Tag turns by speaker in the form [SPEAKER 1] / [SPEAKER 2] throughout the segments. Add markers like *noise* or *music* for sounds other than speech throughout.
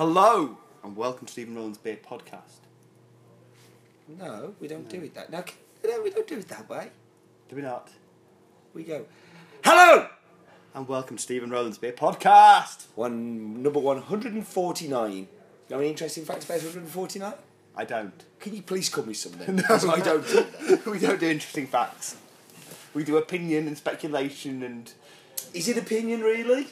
[SPEAKER 1] Hello and welcome to Stephen Rowland's Beer Podcast.
[SPEAKER 2] No, we don't do it that. No, c- no, we don't do it that way.
[SPEAKER 1] Do we not?
[SPEAKER 2] We go, hello.
[SPEAKER 1] And welcome to Stephen Rowland's Beer Podcast.
[SPEAKER 2] One number one hundred and forty nine. You know any interesting facts about one hundred and forty nine?
[SPEAKER 1] I don't. *laughs*
[SPEAKER 2] Can you please come with *laughs* something? Because I don't do that.
[SPEAKER 1] we don't do interesting facts. We do opinion and speculation and
[SPEAKER 2] Is it opinion really?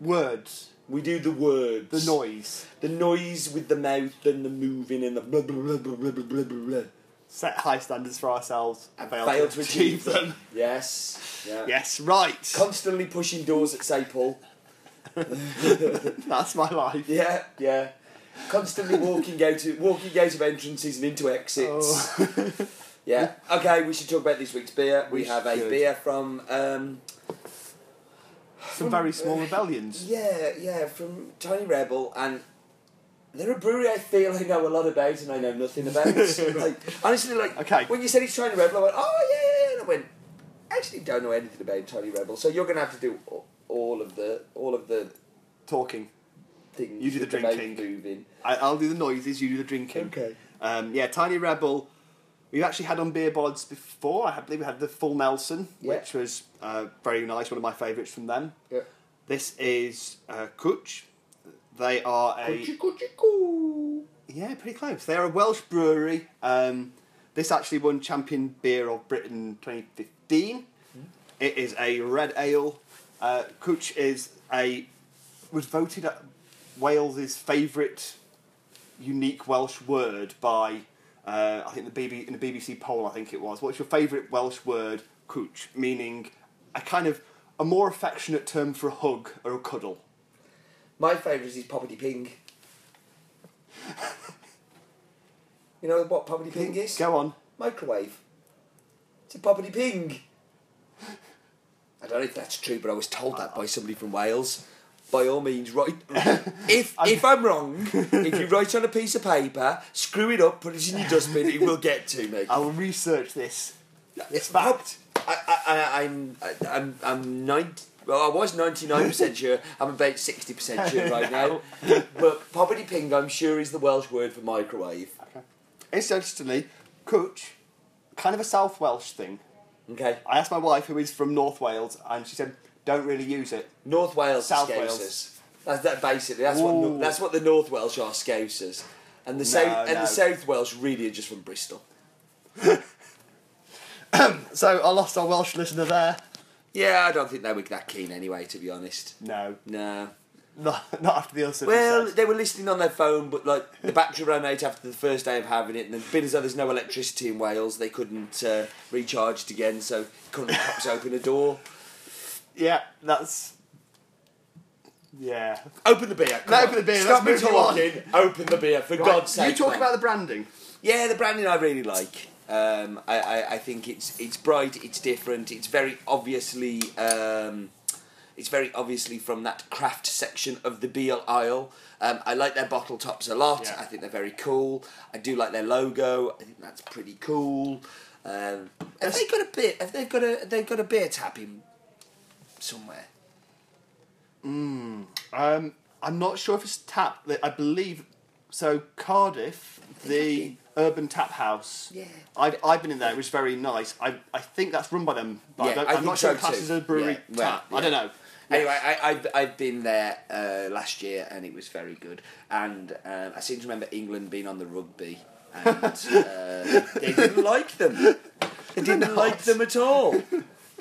[SPEAKER 1] words,
[SPEAKER 2] We do the words,
[SPEAKER 1] the noise.
[SPEAKER 2] the noise with the mouth and the moving and the blah blah blah blah blah blah blah. blah.
[SPEAKER 1] Set high standards for ourselves and fail,
[SPEAKER 2] Fail to achieve them. Yes. Yeah.
[SPEAKER 1] Yes, right.
[SPEAKER 2] Constantly pushing doors at St Paul.
[SPEAKER 1] That's my life.
[SPEAKER 2] Yeah, yeah. Constantly walking out of walking out of entrances and into exits. *laughs* Yeah. Okay, we should talk about this week's beer.
[SPEAKER 1] Oh.
[SPEAKER 2] We,
[SPEAKER 1] We
[SPEAKER 2] have a
[SPEAKER 1] should.
[SPEAKER 2] beer from um,
[SPEAKER 1] Some very small rebellions.
[SPEAKER 2] yeah, yeah, from Tiny Rebel and they're a brewery I feel I know a lot about and I know nothing
[SPEAKER 1] *laughs*
[SPEAKER 2] about. like honestly like
[SPEAKER 1] Okay.
[SPEAKER 2] when you said it's Tiny Rebel I went, Oh yeah, yeah, yeah and I went, I actually don't know anything about Tiny Rebel, so you're gonna have to do all- all of the all of the
[SPEAKER 1] Talking.
[SPEAKER 2] things
[SPEAKER 1] You do the
[SPEAKER 2] that about
[SPEAKER 1] drinking.
[SPEAKER 2] moving.
[SPEAKER 1] I, I'll do the noises, you do the drinking.
[SPEAKER 2] Okay.
[SPEAKER 1] Um, yeah, Tiny Rebel. We've actually had on beer boards before. I believe we had the Full Nelson,
[SPEAKER 2] Yeah.
[SPEAKER 1] which was uh, very nice, one of my favourites from them.
[SPEAKER 2] Yeah.
[SPEAKER 1] This is uh, Cooch. They are a.
[SPEAKER 2] Coochie, coochie, coo.
[SPEAKER 1] Yeah, pretty close. They're a Welsh brewery. Um, this actually won Champion Beer of Britain 2015. It is a red ale. Uh, Cooch is a was voted at Wales's favourite unique Welsh word by uh, I think the BB in the BBC poll. I think it was. What's your favourite Welsh word? Cooch, meaning a kind of a more affectionate term for a hug or a cuddle.
[SPEAKER 2] My favourite is Poppity Ping. you know what Poppity Ping is?
[SPEAKER 1] Go on.
[SPEAKER 2] Microwave. It's a Poppity Ping. I don't know if that's true, but I was told that by somebody from Wales. By all
[SPEAKER 1] *laughs*
[SPEAKER 2] means, write. if if I'm wrong, if you write on a piece of paper, screw it up, put it in your dustbin, it will get to me.
[SPEAKER 1] *laughs* I will research this. This fact.
[SPEAKER 2] I, I, I, I'm, I, I'm, I'm 90, well, I
[SPEAKER 1] *laughs*
[SPEAKER 2] was 99% sure. I'm about 60% sure right now. But poppity ping, I'm sure, is the Welsh word for microwave.
[SPEAKER 1] Interestingly, Cooch, kind of a South Welsh thing.
[SPEAKER 2] Okay.
[SPEAKER 1] I asked my wife, who is from North Wales, and she said, don't really use it.
[SPEAKER 2] North Wales
[SPEAKER 1] South
[SPEAKER 2] are
[SPEAKER 1] Wales.
[SPEAKER 2] Scousers. That's that basically. That's what,
[SPEAKER 1] Ooh.
[SPEAKER 2] no- that's what the North Welsh are, Scousers. And the,
[SPEAKER 1] No,
[SPEAKER 2] South, and
[SPEAKER 1] no.
[SPEAKER 2] the South Welsh really are just from Bristol.
[SPEAKER 1] So I lost our Welsh listener there.
[SPEAKER 2] Yeah, I don't think they were that keen anyway, to be honest.
[SPEAKER 1] No,
[SPEAKER 2] No.
[SPEAKER 1] *laughs* not, not after the other
[SPEAKER 2] Well, they were listening on their phone, but like
[SPEAKER 1] *laughs*
[SPEAKER 2] the battery ran out after the first day of having it, and then being as though there's no electricity in Wales, they couldn't uh, recharge it again, so
[SPEAKER 1] *laughs*
[SPEAKER 2] couldn't perhaps open a door.
[SPEAKER 1] Yeah, that's. Yeah.
[SPEAKER 2] Open the beer. come
[SPEAKER 1] No,
[SPEAKER 2] on.
[SPEAKER 1] open the beer,
[SPEAKER 2] Stop
[SPEAKER 1] let's
[SPEAKER 2] me
[SPEAKER 1] move on.
[SPEAKER 2] talking. Open the beer for God's sake.
[SPEAKER 1] You talk
[SPEAKER 2] mate.
[SPEAKER 1] about the branding.
[SPEAKER 2] Yeah, the branding I really like. Um, I, I, I think it's it's bright, it's different, it's very obviously um, it's very obviously from that craft section of the Beale aisle. Um, I like their bottle tops a lot.
[SPEAKER 1] Yeah.
[SPEAKER 2] I think they're very cool. I do like their logo. I think that's pretty cool. Um, have they got a beer? Have they got a they've got a beer tap in somewhere?
[SPEAKER 1] Um, I'm not sure if it's tap. I believe. So, Cardiff, the Urban Tap House.
[SPEAKER 2] Yeah.
[SPEAKER 1] I've, I've been in there, it was very nice. I, I think that's run by them, but I
[SPEAKER 2] Yeah,
[SPEAKER 1] don't,
[SPEAKER 2] I
[SPEAKER 1] I'm
[SPEAKER 2] think
[SPEAKER 1] not sure
[SPEAKER 2] so
[SPEAKER 1] it classes
[SPEAKER 2] too.
[SPEAKER 1] as a brewery
[SPEAKER 2] Yeah, well,
[SPEAKER 1] tap. I don't know.
[SPEAKER 2] Anyway, I, I've, I've been there uh, last year and it was very good. And um, I seem to remember England being on the rugby *laughs* and uh, they didn't like them. They didn't like them at all.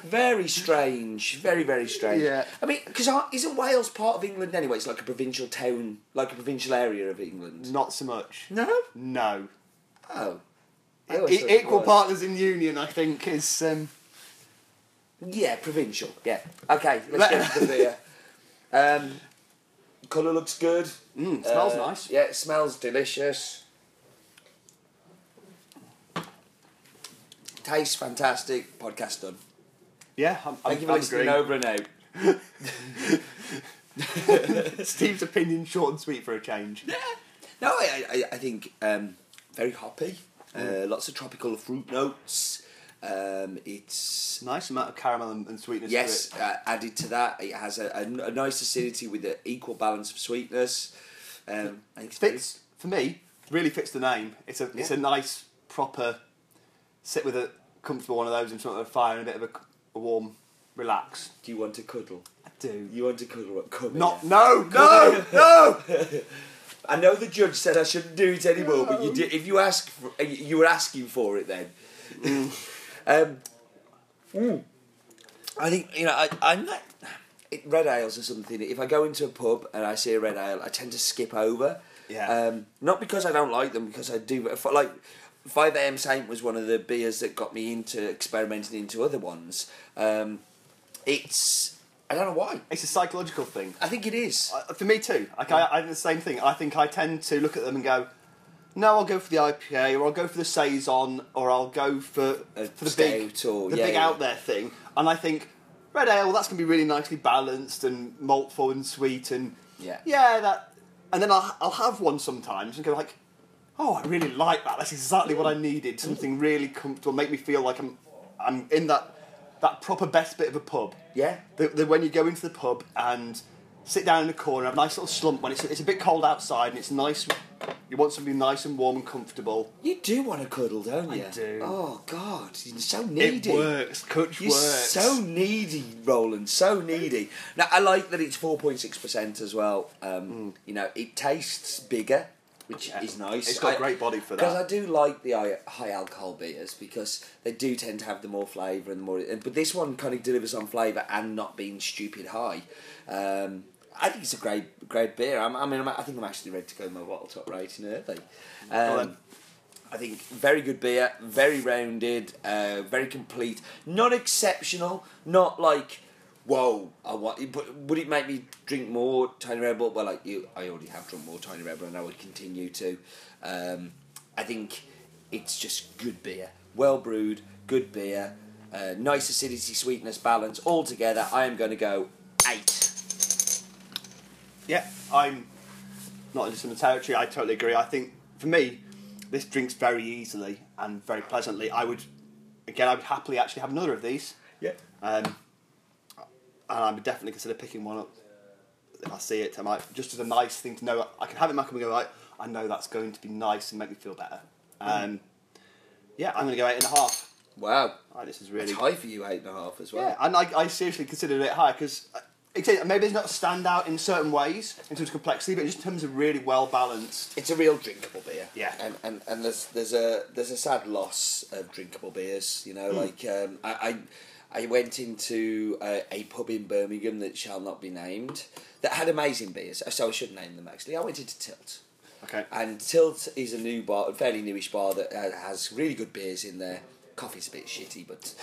[SPEAKER 2] Very strange. Very, very strange.
[SPEAKER 1] Yeah.
[SPEAKER 2] I mean, because isn't Wales part of England anyway? It's like a provincial town, like a provincial area of England.
[SPEAKER 1] Not so much.
[SPEAKER 2] No?
[SPEAKER 1] No.
[SPEAKER 2] Oh. I
[SPEAKER 1] E-
[SPEAKER 2] always thought it
[SPEAKER 1] equal
[SPEAKER 2] was.
[SPEAKER 1] partners in union, I think, is. Um,
[SPEAKER 2] Yeah, provincial. Yeah. Okay, let's get to the beer. *laughs* Um, colour looks good. Uh,
[SPEAKER 1] Mm, smells nice.
[SPEAKER 2] Yeah, it smells delicious. Tastes fantastic. Podcast done.
[SPEAKER 1] yeah, I'm, I'm,
[SPEAKER 2] Thank you for
[SPEAKER 1] I'm
[SPEAKER 2] listening
[SPEAKER 1] agreeing.
[SPEAKER 2] over and out.
[SPEAKER 1] *laughs* Steve's opinion, short and sweet for a change.
[SPEAKER 2] No, I, I, I think um, very hoppy. Uh, lots of tropical fruit notes. Um, it's
[SPEAKER 1] Nice amount of caramel and, and sweetness
[SPEAKER 2] Yes,
[SPEAKER 1] to it.
[SPEAKER 2] uh, added to that, it has a, a, a nice acidity with an equal balance of sweetness. Um, I think it's
[SPEAKER 1] Fits for me. Really fits the name. It's a it's a nice proper sit with a comfortable one of those in front of a fire and a bit of a, a warm relax.
[SPEAKER 2] Do you want to cuddle?
[SPEAKER 1] I do.
[SPEAKER 2] You want to cuddle? Right, Come
[SPEAKER 1] Not *laughs*
[SPEAKER 2] here.
[SPEAKER 1] no no no.
[SPEAKER 2] *laughs* I know the judge said I shouldn't do it anymore, but you
[SPEAKER 1] No.
[SPEAKER 2] did. If you ask, for, uh, you were asking for it then. um, mm, I think you know. I, I'm not. It, red ales are something. that If I go into a pub and I see a red ale, I tend to skip over.
[SPEAKER 1] Yeah.
[SPEAKER 2] Um, not because I don't like them, because I do. but if I Like Five AM Saint was one of the beers that got me into experimenting into other ones. Um, it's I don't know why.
[SPEAKER 1] It's a psychological thing.
[SPEAKER 2] I think it is.
[SPEAKER 1] Uh, for me too. Like I, I do the same thing. I think I tend to look at them and go, "No, I'll go for the IPA, or I'll go for the saison, or I'll go for
[SPEAKER 2] A
[SPEAKER 1] for the big,
[SPEAKER 2] stout or-
[SPEAKER 1] the
[SPEAKER 2] yeah,
[SPEAKER 1] big
[SPEAKER 2] yeah.
[SPEAKER 1] out there thing." And I think red ale that's gonna be really nicely balanced and maltful and sweet and
[SPEAKER 2] Yeah.
[SPEAKER 1] yeah that. And then I'll I'll have one sometimes and go like, "Oh, I really like that. That's exactly what I needed. Something really comfortable, make me feel like I'm I'm in that that proper best bit of a pub."
[SPEAKER 2] Yeah.
[SPEAKER 1] the, the, when you go into the pub and sit down in the corner, have a nice little slump when it's, it's a bit cold outside and it's nice. You want something nice and warm and comfortable.
[SPEAKER 2] You do want to cuddle, don't you?
[SPEAKER 1] do.
[SPEAKER 2] Oh God, you're so needy.
[SPEAKER 1] It works. Coach
[SPEAKER 2] You're
[SPEAKER 1] works.
[SPEAKER 2] so needy, Roland. So needy. Now I like that it's four point six percent as well. Um, You know, it tastes bigger, which
[SPEAKER 1] Mm. Yeah.
[SPEAKER 2] is nice.
[SPEAKER 1] It's got
[SPEAKER 2] I-
[SPEAKER 1] great body for
[SPEAKER 2] Because
[SPEAKER 1] that.
[SPEAKER 2] I do like the high- high alcohol beers because they do tend to have the more flavour and the more. and- But this one kind of delivers on flavour and not being stupid high. Um, I think it's a great, great beer. I'm, I mean, I'm, I think I'm actually ready to go with my bottle top rating early.
[SPEAKER 1] Well
[SPEAKER 2] Um,
[SPEAKER 1] then.
[SPEAKER 2] I think very good beer, very rounded, uh, very complete. Not exceptional, not like, whoa, I want. But would it make me drink more Tiny Rebel? Well, like you, I already have drunk more Tiny Rebel, and I would continue to. Um, I think it's just good beer, well brewed, good beer, uh, nice acidity, sweetness, balance, all together. I am going to go eight.
[SPEAKER 1] Yeah, I'm not in dissimilar territory. I totally agree. I think for me, this drinks very easily and very pleasantly. I would, again, I would happily actually have another of these.
[SPEAKER 2] Yeah.
[SPEAKER 1] Um, and I would definitely consider picking one up if I see it. I might just as a nice thing to know. I can have it in my cup and go like, I know that's going to be nice and make me feel better. Um, yeah, I'm going to go eight and a half.
[SPEAKER 2] Wow.
[SPEAKER 1] Right, this is
[SPEAKER 2] It's
[SPEAKER 1] really
[SPEAKER 2] high for you, eight and a half as well.
[SPEAKER 1] yeah, and I, I seriously considered it high because maybe it's not stand out in certain ways in terms of complexity, but just in terms of really well balanced.
[SPEAKER 2] it's a real drinkable beer.
[SPEAKER 1] Yeah.
[SPEAKER 2] and and, and there's there's a there's a sad loss of drinkable beers. You know, like um, I, I I went into a, a pub in Birmingham that shall not be named that had amazing beers. So I should name them actually. I went into Tilt.
[SPEAKER 1] Okay.
[SPEAKER 2] And Tilt is a new bar, a fairly newish bar that uh, has really good beers in there. Coffee's a bit shitty, but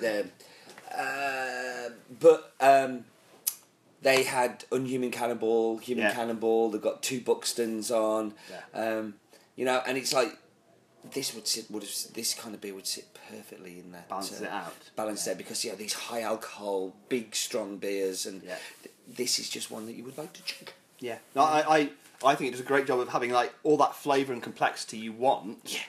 [SPEAKER 2] *laughs* they're, uh, but um, they had Unhuman Cannibal, Human
[SPEAKER 1] Yeah.
[SPEAKER 2] Cannibal. They've got two Buxtons on,
[SPEAKER 1] Yeah.
[SPEAKER 2] um, you know, and it's like this would sit would have this kind of beer would sit perfectly in that uh,
[SPEAKER 1] Balances it out.
[SPEAKER 2] balance there because you know these high alcohol, big strong beers, and
[SPEAKER 1] Yeah.
[SPEAKER 2] th- this is just one that you would like to drink.
[SPEAKER 1] Yeah. No, I, I I think it does a great job of having like all that flavour and complexity you want.
[SPEAKER 2] Yeah.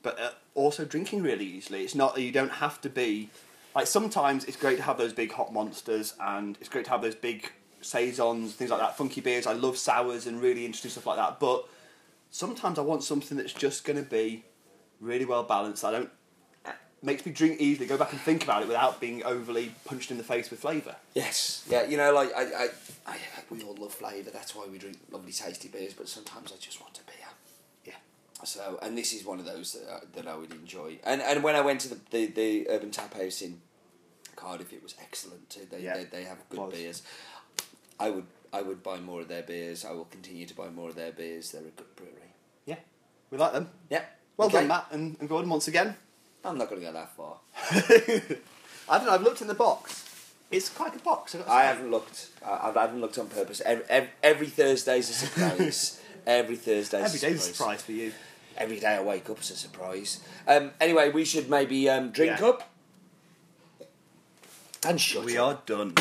[SPEAKER 1] But uh, also drinking really easily. It's not you don't have to be like sometimes it's great to have those big hot monsters and it's great to have those big saisons things like that. Funky beers. I love sours and really interesting stuff like that. But sometimes I want something that's just going to be really well balanced. I don't uh, makes me drink easily. Go back and think about it without being overly punched in the face with flavour.
[SPEAKER 2] Yes. Yeah, you know, like I, I, I we all love flavour. That's why we drink lovely, tasty beers. But sometimes I just want a beer.
[SPEAKER 1] Yeah.
[SPEAKER 2] So, and this is one of those that I, that I would enjoy. And and when I went to the the, the Urban Tap House in Cardiff, it was excellent too. They
[SPEAKER 1] Yeah,
[SPEAKER 2] they, they have good
[SPEAKER 1] was.
[SPEAKER 2] beers. I would I would buy more of their beers. I will continue to buy more of their beers. They're a good brewery.
[SPEAKER 1] Yeah. We like them.
[SPEAKER 2] Yeah.
[SPEAKER 1] Well
[SPEAKER 2] Okay.
[SPEAKER 1] done, Matt and, and Gordon, once again. *laughs*
[SPEAKER 2] I'm not going to go that far.
[SPEAKER 1] I don't know, I've looked in the box. It's quite a good box. I've got to
[SPEAKER 2] I
[SPEAKER 1] say.
[SPEAKER 2] haven't looked. I, I haven't looked on purpose. Every, every, every Thursday's
[SPEAKER 1] *laughs*
[SPEAKER 2] a surprise. every Thursday's
[SPEAKER 1] Every day's a surprise for you.
[SPEAKER 2] Every day I wake up, it's a surprise. Um, anyway, we should maybe um, drink
[SPEAKER 1] Yeah.
[SPEAKER 2] up and shut up.
[SPEAKER 1] done.